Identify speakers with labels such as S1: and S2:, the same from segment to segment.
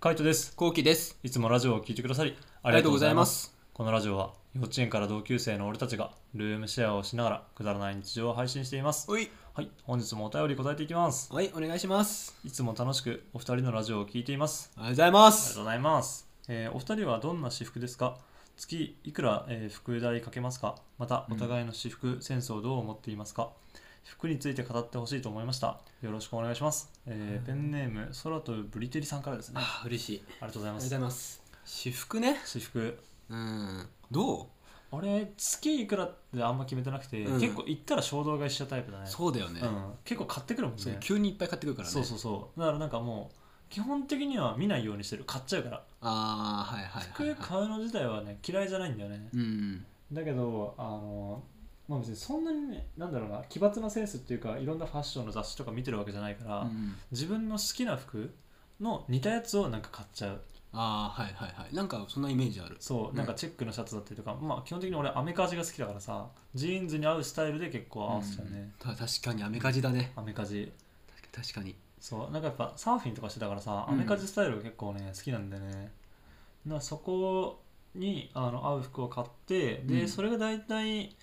S1: カイトです
S2: こうきです。
S1: いつもラジオを聴いてくださりあ
S2: あ
S1: りがとうございます
S2: す。
S1: このラジオは幼稚園から同級生の俺たちがルームシェアをしながらくだらない日常を配信しています
S2: はい、
S1: はい本日もお便り答えていきます
S2: はい、お願いします。
S1: いつも楽しくお二人のラジオを聴いています
S2: ありがとうござい
S1: あり
S2: ま
S1: がと
S2: す。
S1: うございます、えーお二人はどんな私服ですか月いくら、えー服代かけますかまたお互いの私服センスをどう思っていますか、服について語ってほしいと思いましたよろしくお願いします、えーペンネーム空飛ぶブリテリさんからですねあ
S2: あ、嬉しい。あり
S1: りがとうござい
S2: が
S1: ま
S2: とうご
S1: す
S2: ざいます。私服ね。
S1: 私服
S2: うん。ど
S1: 俺月いくらってあんま決めてなくて、
S2: うん
S1: 結構行ったら衝動買いしちゃうタイプだね
S2: う？そうだよね
S1: う。ん、結構買ってくるもんね
S2: そう急にいっぱい買ってくるからね。
S1: そうそうそうだからなんかもう基本的には見ないようにしてる買っちゃうから
S2: ああ、はいはいはい
S1: 服
S2: はい。
S1: 買うの自体はね嫌いじゃないんだよね、
S2: うん。
S1: だけどあのまあ別にそんなにねなんだろうな奇抜なセンスっていうかいろんなファッションの雑誌とか見てるわけじゃないから、
S2: うん
S1: 自分の好きな服の似たやつをなんか買っちゃう
S2: ああ、はいはいはい。なんかそんなイメージある。
S1: そううんなんかチェックのシャツだったりとか、まあ基本的に俺アメカジが好きだからさジーンズに合うスタイルで結構合わせちゃうね、
S2: た確かにアメカジだね。
S1: アメカジ
S2: 確かに。
S1: そうなんかやっぱサーフィンとかしてたからさ
S2: う
S1: ア
S2: ん
S1: メカジスタイルが結構ね、好きなんでねなそこにあの合う服を買ってで、
S2: うん
S1: それが大体、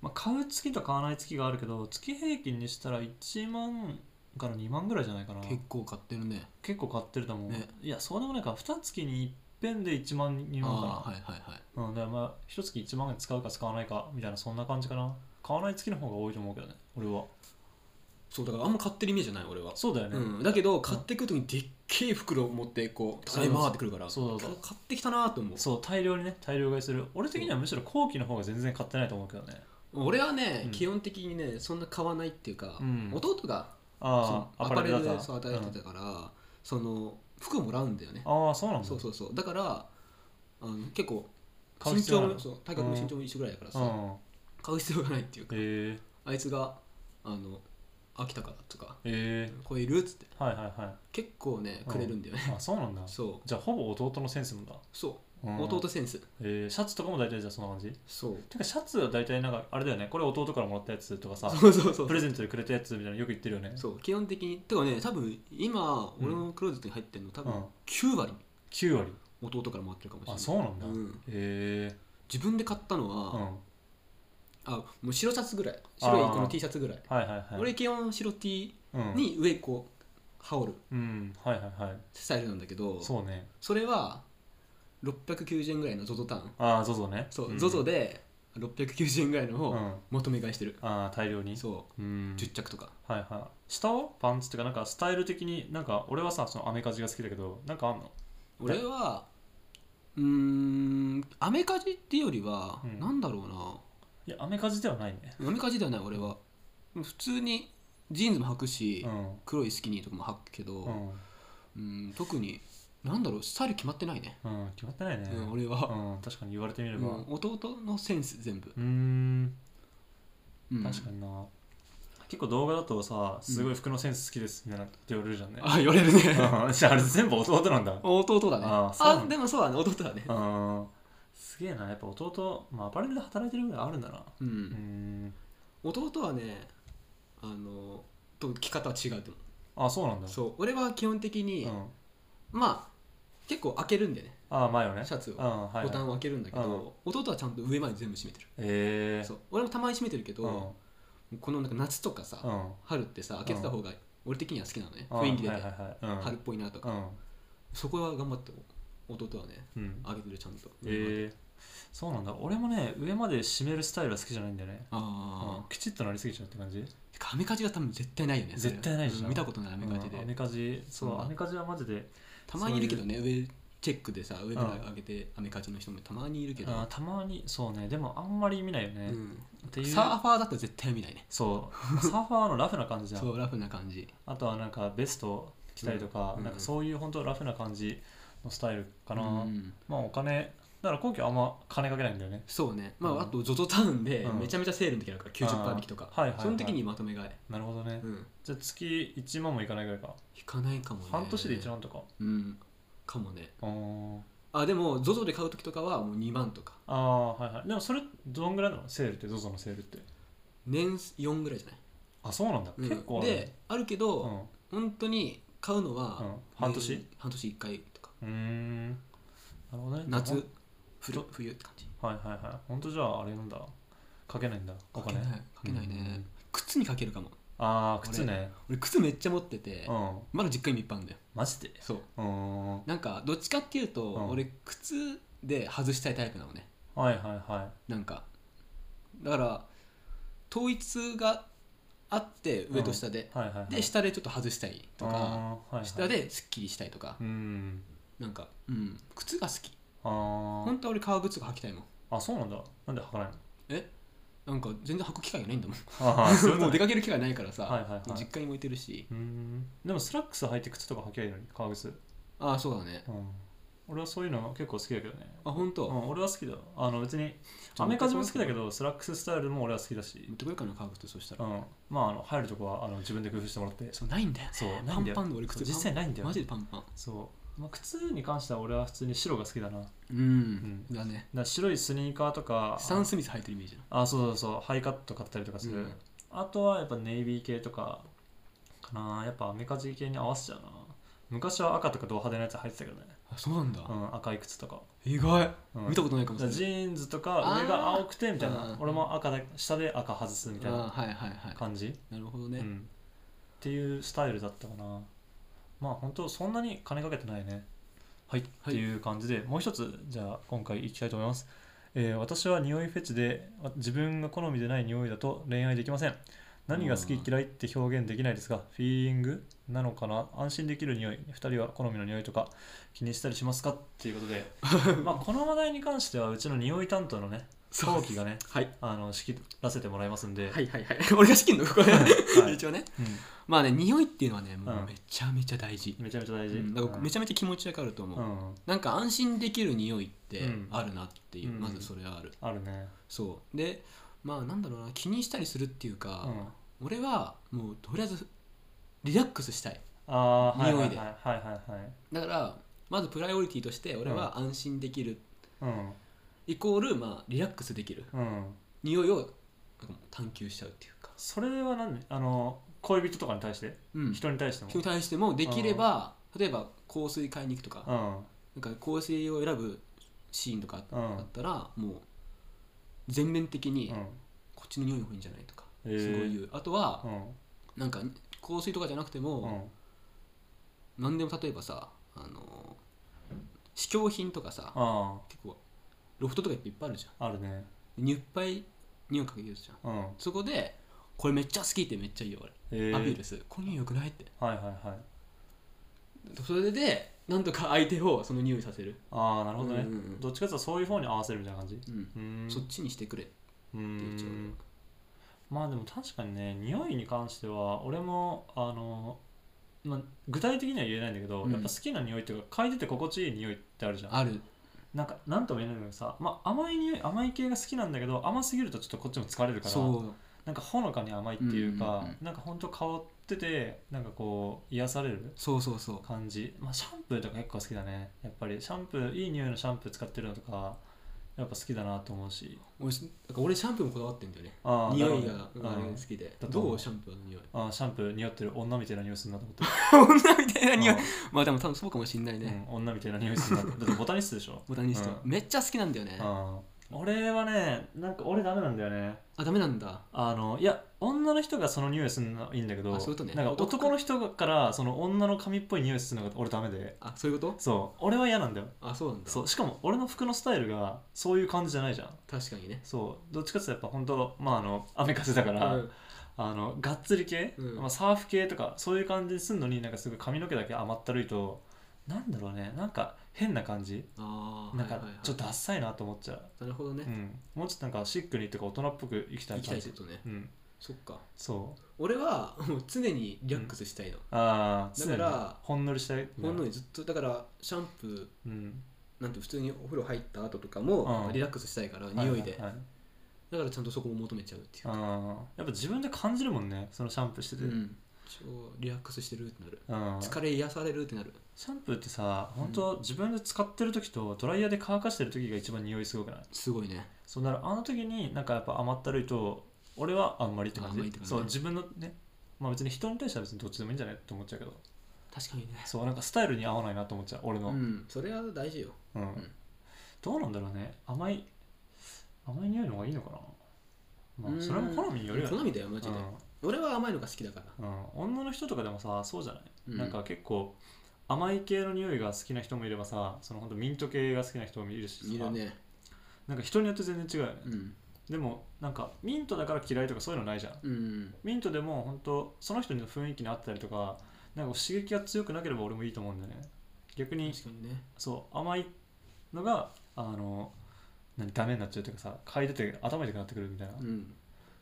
S1: まあ、買う月と買わない月があるけど月平均にしたら1万から2万ぐらいじゃないかな
S2: 結構買ってるね。
S1: 結構買ってると思う、
S2: ね
S1: いやそうでもないか2月に一遍で1万2
S2: あ
S1: 万かな
S2: あ、はいはいはい。
S1: うん、だからまあ、一月1万円使うか使わないかみたいな、そんな感じかな。買わない月の方が多いと思うけどね、俺は。
S2: そうだからあんま買ってるイメージじゃない俺は。
S1: そうだよね。
S2: うん、だけど買ってくるときにでっけえ袋を持ってこうただいまーってくるから
S1: そうそうそう
S2: 買ってきたなーと思う
S1: そう、大量にね、大量買いする。俺的にはむしろ後期の方が全然買ってないと思うけどね。
S2: 俺はね、
S1: うん
S2: 基本的にねそんな買わないっていうか、
S1: うん
S2: 弟がそ
S1: あ
S2: の
S1: あ、
S2: アパレル
S1: だ
S2: で
S1: った
S2: そう与えてたから、その服をもらうんだよね
S1: うんああ、そうなんだ。
S2: そうそうそうだからあの結構
S1: 買う
S2: 身
S1: 必要
S2: 長
S1: ない
S2: もそう体格も身長も一緒ぐらいだからさ、
S1: うん。
S2: 買う必要がないっていうか
S1: えー、
S2: あいつがあの飽きたからとか
S1: え
S2: こういるっつって
S1: ー、はいはいは
S2: 結構ねくれるんだよね、
S1: い。あそうなんだ。
S2: そう
S1: じゃあ、ほぼ弟のセンスなんだ。
S2: そ
S1: うん
S2: う弟センス
S1: えー、シャツとかも大体じゃあそんな感じ
S2: そう
S1: てか、シャツは大体なんか、あれだよね、これ弟からもらったやつとかさ、
S2: そうそうそう
S1: プレゼントでくれたやつみたいなのよく言ってるよね。
S2: そう基本的にてかね多分今
S1: うん
S2: 俺のクローゼットに入ってるの多分
S1: うん
S2: 9割
S1: 9割。
S2: 弟から回ってるかもしれ
S1: あ、
S2: ない
S1: そうなんだ。
S2: うん
S1: え
S2: 自分で買った
S1: ー、
S2: の
S1: う
S2: は、
S1: ん。
S2: あもう白シャツぐらい白
S1: あ
S2: い
S1: ー
S2: この T シャツぐらい、
S1: はいはいはい。
S2: 俺基本白 T
S1: うん、
S2: に上こう羽織る
S1: うん、はいはいはい。
S2: スタイルなんだけどそ
S1: そうね。
S2: れは690円ぐらいの ZOZO タウン
S1: ああ、ZOZO ね。
S2: そう、
S1: ん
S2: ZOZO で690円ぐらいの
S1: うん。
S2: を
S1: あ
S2: 求め買いしてる、
S1: あ、大量に。。
S2: そう
S1: ん
S2: う。10着とか
S1: はいはい。下はパンツっていうか、なんかスタイル的に、なんか俺はさ、そのアメカジが好きだけど、なんかあんの
S2: 俺はうーんアメカジっていうよりは、
S1: うん
S2: なんだろうない
S1: や、アメカジではないね。
S2: 飲みジではない俺は普通にジーンズも履くし、
S1: うん。
S2: 黒いスキニーとかも履くけど、
S1: う
S2: うん、
S1: ん。
S2: 特になんだろうスタイル決まってないね、
S1: うん、決まってないね。
S2: う、
S1: うんん、
S2: 俺は、
S1: 確かに言われてみ
S2: う
S1: れば。
S2: ん
S1: う
S2: 弟のセンス全部、
S1: ーん、
S2: うん、
S1: 確かにな。結構動画だとさ、すごい服のセンス好きですみたいなって言われるじゃんね。
S2: あ言われるね
S1: うんじゃああれ全部弟なんだ。
S2: 弟だね
S1: あ
S2: あ
S1: そうなんだ
S2: でもそうだね弟だね
S1: うん。すげえな、やっぱ弟、まあ、アパレルで働いてるぐらいあるんだな。
S2: うん、
S1: うん。
S2: 弟はねあのと着方は違うと思
S1: あ、そうなん
S2: う
S1: だ。
S2: そう俺は基本的に、
S1: うん。
S2: まあ結構開けるんだよね
S1: あ、前をね。
S2: シャツを
S1: うん、はい、はい。
S2: ボタンを開けるんだけど、弟はちゃんと上まで全部閉めてる、
S1: ええー。
S2: そう俺もたまに閉めてるけど、
S1: うん。
S2: このなんか夏とかさ、
S1: うん。
S2: 春ってさ開けてた方が俺的には好きなのね、
S1: うん
S2: 雰囲気で、
S1: はいはいはい。うん。
S2: 春っぽいなとか、
S1: うん。
S2: そこは頑張って弟はね
S1: うん。
S2: 開けてるちゃんと、
S1: ええー。そうなんだ。俺もね、上まで締めるスタイルは好きじゃないんだよね。
S2: あ
S1: うん。きちっとなりすぎちゃうって感じ。
S2: あ、てかアメカジは多分絶対ないよねそれ
S1: 絶対ないでしょ
S2: うん見たことないアメカジで、
S1: うんアメカジ、そうう、
S2: ん
S1: アメカジはマジで。
S2: たまにいるけどね上チェックでさ上から開けてアメカジの人もたまにいるけど、
S1: あーたまに、そうね、でもあんまり見ないよね。
S2: うん
S1: っていう。
S2: サーファーだったら絶対見ないね
S1: そう、サーファーのラフな感じじゃん。
S2: そうラフな感じ
S1: あとはなんかベスト着たりとか、
S2: うん
S1: なんかそういう本当ラフな感じのスタイルかな、
S2: うん
S1: まあお金だから後期はあんま金かけないんだよね
S2: そうね、まあ
S1: うん
S2: あと ZOZO タウンで
S1: うん
S2: めちゃめちゃセールの時あるから90%引きとか、
S1: あーはいはいはい
S2: その時にまとめ買い、
S1: なるほどね、
S2: うん、
S1: じゃあ月1万もいかないぐらいか、
S2: 引かないかもね
S1: 半年で1万とか
S2: うんかもね
S1: あー
S2: あでも ZOZO で買う時とかはもう2万とか
S1: あーはいはいでもそれどんぐらいなのセールって ZOZO のセールって
S2: 年4ぐらいじゃない、
S1: あそうなんだ、
S2: うん
S1: 結構あるね
S2: であるけど、
S1: うん、うん、
S2: 本当に買うのは、
S1: 半年
S2: 年半年1回とか
S1: うーんなるほどね
S2: 夏
S1: ほん
S2: 冬冬って感じ
S1: はいはいはい本当じゃああれなんだかけないんだお金
S2: かけないかけないね、
S1: うん
S2: 靴にかけるかも
S1: ああ靴ね
S2: 俺靴めっちゃ持ってて、
S1: うん
S2: まだ実家にもいっぱいあるんだよ
S1: マジで
S2: そう
S1: うーんはい
S2: なんかどっちかっていうと、
S1: うん
S2: 俺靴で外したいタイプなのね
S1: はいは
S2: なんかだから統一があって上と下で、
S1: いはいはいはい
S2: で下でちょっと外したいとか、
S1: あーはいはい
S2: 下ですっきりしたいとか、
S1: うん
S2: なんか、うん、靴が好き
S1: あー
S2: 本当は俺革靴が履きたいもん
S1: あそうなんだなんで履かないの
S2: えなんか全然履く機会がないんだもん
S1: あ あそういうこと
S2: も
S1: ね
S2: う出かける機会ないからさ、
S1: はいはいはい
S2: 実家に置いてるし
S1: うーんでもスラックス履いて靴とか履きゃいいのに革靴、
S2: ああそうだね
S1: うん、俺はそういうの結構好きだけどね
S2: あ本当、
S1: う
S2: 持
S1: ん、俺は好きだあの別にアメカジも好きだけどスラックススタイルも俺は好きだし
S2: ってこようかな革靴そした
S1: う
S2: ら、
S1: んまああの入るとこはあの自分で工夫してもらって
S2: そうないんだよね
S1: そうないん
S2: パン
S1: だよ
S2: パンで俺
S1: そ
S2: 靴
S1: う実際ないんだよ
S2: マジでパンパン
S1: そう、まあ、靴に関しては俺は普通に白が好きだなだか
S2: うん、だね
S1: ら白いスニーカーとか
S2: スタン・スミス履いてるイメージだ
S1: あそうそうそうハイカット買ったりとかする、
S2: うん
S1: あとはやっぱネイビー系とかかなやっぱアメカジ系に合わせちゃうな昔は赤とかド派手なやつ履いてたけどね、
S2: あそうなんだ、
S1: うん、赤い靴とか
S2: 意外、
S1: うん
S2: 見たことないかもし
S1: だから
S2: れない
S1: ジーンズとか上が青くてみたい
S2: あー
S1: な
S2: うん
S1: 俺も赤だ下で赤外すみたい
S2: あ
S1: な
S2: ーはいはいは
S1: 感じ、
S2: いなるほどね、
S1: うん、っていうスタイルだったかなまあ本当そんなに金かけてないねはい、
S2: はい
S1: っていう感じでもう一つじゃあ今回いきたいと思います、えー私は匂いフェチであ自分が好みでない匂いだと恋愛できません何が好き
S2: うん
S1: 嫌いって表現できないですがフィーリングなのかな安心できる匂い2人は好みの匂いとか気にしたりしますかっていうこと でまあこの話題に関してはうちの匂い担当のね
S2: そう
S1: 陶
S2: です
S1: 器がね
S2: はい
S1: あの仕切らせてもらいますんで、
S2: はいはい はい俺が仕切んのここね、
S1: い
S2: 一応ね
S1: うん
S2: まあね匂いっていうのはねも
S1: うん
S2: うめちゃめちゃ大事、
S1: めちゃめちゃ大
S2: う
S1: 事、
S2: ん、だからめ
S1: ち
S2: ちゃめちゃ気持ちわかると思う、
S1: うん、
S2: なんか安心できる匂いって
S1: うん
S2: あるなっていう、
S1: うん
S2: まずそれはある
S1: あるね
S2: そうでまあなんだろうな気にしたりするっていう
S1: う
S2: か、
S1: ん
S2: 俺はもうとりあえずリラックスしたい
S1: ああーはいは
S2: 匂
S1: い
S2: い
S1: はいは
S2: で
S1: いはいはい
S2: だからまずプライオリティとして俺は安心できる、
S1: うん
S2: イコールまあリラックスできる
S1: うん
S2: 匂いをなんかもう探求しちゃうっていうか、
S1: それは何あの恋人とかに対して、
S2: うん、人
S1: 人に対しても
S2: に対してもできれば例えば香水買いに行くとか、
S1: うん
S2: なんか香水を選ぶシーンとか
S1: うん
S2: あったら、もう全面的に
S1: うん
S2: こっちの匂いの方がいいんじゃないとか、
S1: へー
S2: そういうあとは
S1: う、ん
S2: なんか香水とかじゃなくて
S1: う
S2: も、
S1: ん
S2: なん、何でも例えばさあの試供品とかさ
S1: あ
S2: 結構ロフトとかいっぱいあるじゃ
S1: ああるね
S2: んでいっぱい匂いかけるやつじゃん
S1: うん
S2: そこでこれめっちゃ好きってめっちゃいいよ俺、
S1: えー
S2: アピールするこの匂いよくないって
S1: はいはいはい
S2: それでなんとか相手をその匂いさせる、
S1: ああなるほどね、
S2: うんうんうん
S1: どっちかっていうとそういう方に合わせるみたいな感じ
S2: うん
S1: うーん
S2: そっちにしてくれ
S1: うー
S2: 言っちゃう俺
S1: ん
S2: は
S1: まあでも確かにね匂いに関しては俺もあの、まあ、具体的には言えないんだけど、
S2: うん
S1: やっぱ好きな匂いっていうか嗅いでて心地いい匂いってあるじゃん
S2: ある
S1: なんかなんとも言えないんだけどさ、まあ、甘い匂い甘い系が好きなんだけど甘すぎるとちょっとこっちも疲れるから
S2: そ
S1: なんかほのかに甘いっていうか、
S2: うんうん
S1: なんかほんと香っててなんかこう癒される
S2: うそうそうそう
S1: 感じ、まあ、シャンプーとか結構好きだねやっぱりシャンプーいい匂いのシャンプー使ってるのとかやっぱ好きだなと思うし
S2: 俺しなんか俺シャンプーもこだわってんだよね
S1: あー
S2: 匂
S1: なる
S2: い
S1: ほど
S2: が
S1: う
S2: うんんあれ好きで
S1: だと思う
S2: どうシャンプー の匂い
S1: あシャンプー匂ってる女みたいな匂いするなと思って
S2: 女みたいな 匂い
S1: うん
S2: まあでも多分そうかもしんないね、
S1: うん、女みたいな匂いするなとだってボタニストでし ょ
S2: ボタニスト、
S1: う
S2: めっちゃ好きなんだよね、あ
S1: うん俺はねなんか俺ダメなんだよね
S2: ダメなんだ
S1: あのいや女の人がその匂いするのはいいんだけど
S2: あそういうことね
S1: なんか
S2: 男
S1: 男の人からその女の髪っぽい匂いするのが俺ダメで
S2: あそういうこと
S1: そう俺は嫌なんだよ
S2: あそうなんだ
S1: そうしかも俺の服のスタイルがそういう感じじゃないじゃん
S2: 確かにね
S1: そうどっちかっていうとやっぱ本当まああの雨風だから、
S2: うん
S1: あのがっつり系、
S2: うん
S1: まあ、サーフ系とかそういう感じにすんのになんかすごい髪の毛だけ甘ったるいとなんだろうねなんか変な感じ
S2: ああ
S1: なんかちょっと
S2: な
S1: ダッサいなと思っちゃう、
S2: るほどね、
S1: うん、もうちょっとなんかシックにとか大人っぽく生きた
S2: 行
S1: い
S2: きた
S1: 感
S2: いっ
S1: じ
S2: てことね
S1: うん
S2: そっか
S1: そう
S2: 俺はもう常にリラックスしたいの、
S1: ああ、
S2: だ
S1: 常
S2: から
S1: にねほんのりしたい。
S2: ほんのにずっとだからシャンプー
S1: うん、
S2: なんて普通にお風呂入った後とか
S1: う
S2: も
S1: ん
S2: リラックスしたいから匂いで、
S1: ははは
S2: だからちゃんとそこも求めちゃうっていう
S1: あ
S2: か、
S1: ーやっぱ自分で感じるもんね、そのシャンプーしてて。
S2: う
S1: うん
S2: ん、超リラックスしてるってなる
S1: シ
S2: 疲れ癒されるってなる
S1: ャンプーってさ、本当自分で使ってる時とドライヤーで乾かしてる時が一番匂いすごくない
S2: すごいね
S1: そうなるあの時になんかやっぱ甘ったるいと、俺はあんまりって感
S2: あんまりっ
S1: じ
S2: て。感じ
S1: そう、自分のね、まあ別に人に対しては別にどっちでもいいんじゃないと思っちゃうけど。
S2: 確かにね
S1: そうなんかスタイルに合わないなと思っちゃう俺の、
S2: うんそれは大事よ
S1: うん
S2: ん
S1: どうなんだろうね甘い甘い匂いの方がいいのかな、まあ、それも好みによるよね
S2: 好みだよマジで、俺は甘いのが好きだか
S1: うん
S2: ら
S1: うん、女の人とかでもさそうじゃない、
S2: うん
S1: なんか結構甘い系の匂いが好きな人もいればさそのほんとミント系が好きな人もいるしさ
S2: いるね
S1: なんか人によって全然違うよね、
S2: うん
S1: でもなんかミントだから嫌いとかそういうのないじゃん
S2: うん
S1: ミントでも本当その人の雰囲気に合ったりとかなんか刺激が強くなければ俺もいいと思うんだよね逆に
S2: 確かにね
S1: そう甘いのがあの何ダメになっちゃうというかさ嗅いでて頭痛くなってくるみたいな、
S2: う
S1: ま
S2: ん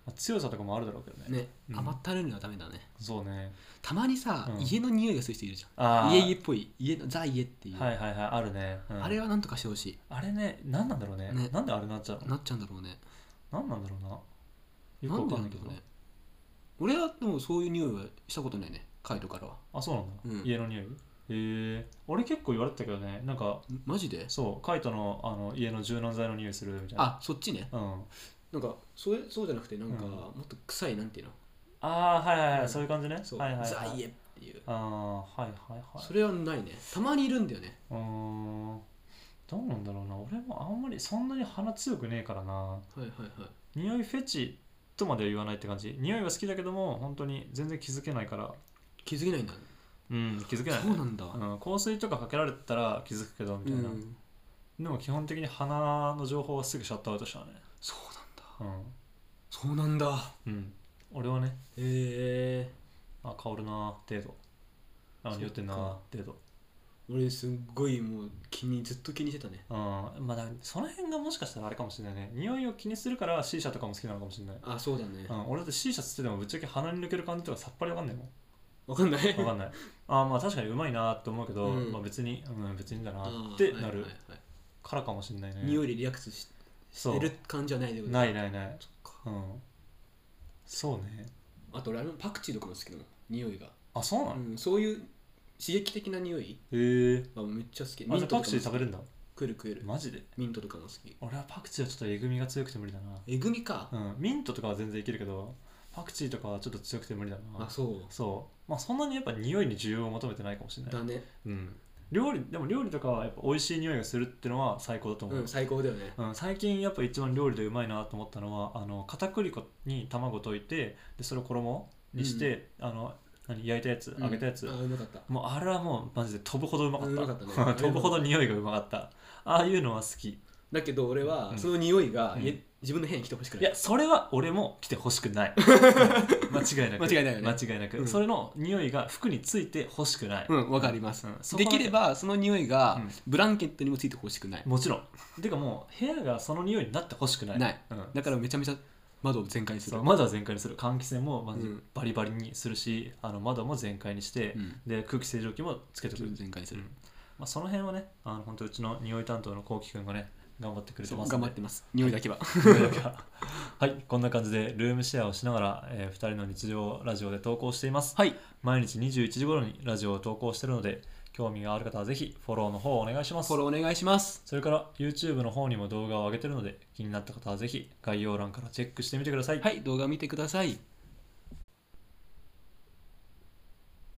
S1: あ、強さとかもあるだろうけどね
S2: ね、
S1: うん
S2: 甘ったるいのはダメだね
S1: そうね
S2: たまにさ、
S1: うん
S2: 家の匂いがする人いるじゃ
S1: あ
S2: ん
S1: ー
S2: 家家っぽい家のザ家っていう、
S1: はいはいはいあるね、うん
S2: あれはなんとかしてほし
S1: あれね何なんだろうね
S2: ね
S1: なんであれなっちゃう
S2: い
S1: の
S2: なっちゃうんだろうね
S1: 何なんだろうなよ
S2: な
S1: くわ
S2: ん
S1: か
S2: で
S1: ん
S2: な
S1: ない
S2: ん
S1: け
S2: だろ
S1: ど
S2: うね俺はでもそういう匂いはしたことないねカイトからは
S1: あそうなんだ、
S2: うん
S1: 家の匂いへえ俺結構言われてたけどねなんか
S2: んマジで
S1: そうカイトのあの家の柔軟剤の匂いするみたいな
S2: あそっちね
S1: うん
S2: なんかそれそうじゃなくてなんか、
S1: うん
S2: もっと臭いなんていうの
S1: ああはいはいはい、
S2: うん
S1: そういう感じね
S2: そう、
S1: はいはいはい
S2: ザ家っていう
S1: ああーはいはいはい
S2: それはないねたまにいるんだよね
S1: うーんどうなんだろうな俺もあんまりそんなに鼻強くねえからな
S2: はいはいはい
S1: 匂いフェチとまでは言わないって感じ匂いは好きだけども本当に全然気づけないから
S2: 気づけないんだ
S1: うん気づけない、
S2: そうなんだ
S1: うん、香水とかかけられたら気づくけどみたいな、
S2: うん
S1: でも基本的に鼻の情報はすぐシャットアウトしたね
S2: そうなんだ
S1: う
S2: そうなんだ
S1: ん、うん、俺はね
S2: へえ
S1: あ香るな程度あ
S2: そっか
S1: 匂ってんな程度
S2: 俺すっごいもう気にずっと気にしてたね
S1: うんまあだからその辺がもしかしたらあれかもしれないね匂いを気にするから C 社とかも好きなのかもしれない
S2: あそうだね
S1: うん、俺だって C シャツってでもぶっちゃけ鼻に抜ける感じとかさっぱりわかんないもん
S2: わかんない
S1: わかんないあーまあ確かにうまいなと思うけど、
S2: うん
S1: まあ別に、うん、別にだな っ
S2: あー
S1: てな
S2: は
S1: る
S2: いはいはい
S1: からかもしれないね、
S2: 匂いでリラックスし
S1: そう
S2: してる感じはないでこと
S1: ないないない
S2: そっ
S1: う
S2: か
S1: んそうね
S2: あと俺あのパクチーとかも好きなの匂いが、
S1: あそうなの、
S2: うん、そういう刺激的な匂い
S1: へえ
S2: はめっちゃ好き
S1: あじゃあ
S2: とか
S1: パ
S2: も
S1: クチー食べれるんだ
S2: 食える食える
S1: マジで
S2: ミントとかも好き
S1: 俺はパクチーはちょっとえぐみが強くて無理だ
S2: えぐみか、
S1: なうんミントとかは全然いけるけどパクチーとかはちょっと強くて無理だな
S2: あそう
S1: そうまあそんなにやっぱ匂いに需要を求めてないかもしれない
S2: だね
S1: うん料理でも料理とかはやっぱ美味しい匂いがするってのは最高だと思う、
S2: うん最高だよね
S1: うん、最近やっぱ一番料理でうまいなと思ったのはあの片栗粉に卵溶いてでそれを衣にして、あの何焼いたやつ
S2: うん
S1: 揚げたやつ、
S2: あうまかった
S1: もうあれはもうマジで飛ぶほどうまかっ
S2: うんう
S1: た,、
S2: まかったね
S1: 飛ぶほど匂いがうまかったああいうのは好きい
S2: だけど俺
S1: う
S2: は
S1: ん
S2: その匂いが、
S1: うん
S2: え自分の部屋に来てほしくない
S1: やそれは俺も来てほしく ないうん間違いなく
S2: 間違いないよね
S1: 間違いなく、
S2: うん
S1: それの匂いが服についてほしくない、
S2: うんわかります、
S1: うんそこ
S2: で
S1: は
S2: きればその匂いが、
S1: うん
S2: ブランケットにもついてほしくない
S1: もちろんてかもう部屋がその匂いになってほしくない
S2: ない
S1: うん、
S2: だからめちゃめちゃ窓を全開にす
S1: そ
S2: る
S1: う窓は全開にする換気扇もまず
S2: うん
S1: バリバリにするし、あの窓も全開にして、
S2: うん
S1: で空気清浄機もつけてくる、
S2: 全開にする、
S1: まあ、その辺はねあの本当うちの匂い担当のこうきくんがね頑張ってくれて
S2: そう
S1: ます
S2: 頑張ってます匂いだけは
S1: はいこんな感じでルームシェアをしながら、え2人の日常をラジオで投稿しています
S2: はい
S1: 毎日21時頃にラジオを投稿してるので興味がある方はぜひフォローの方をお願いします
S2: フォローお願いします
S1: それから YouTube の方にも動画を上げてるので気になった方はぜひ概要欄からチェックしてみてください
S2: はい動画見てください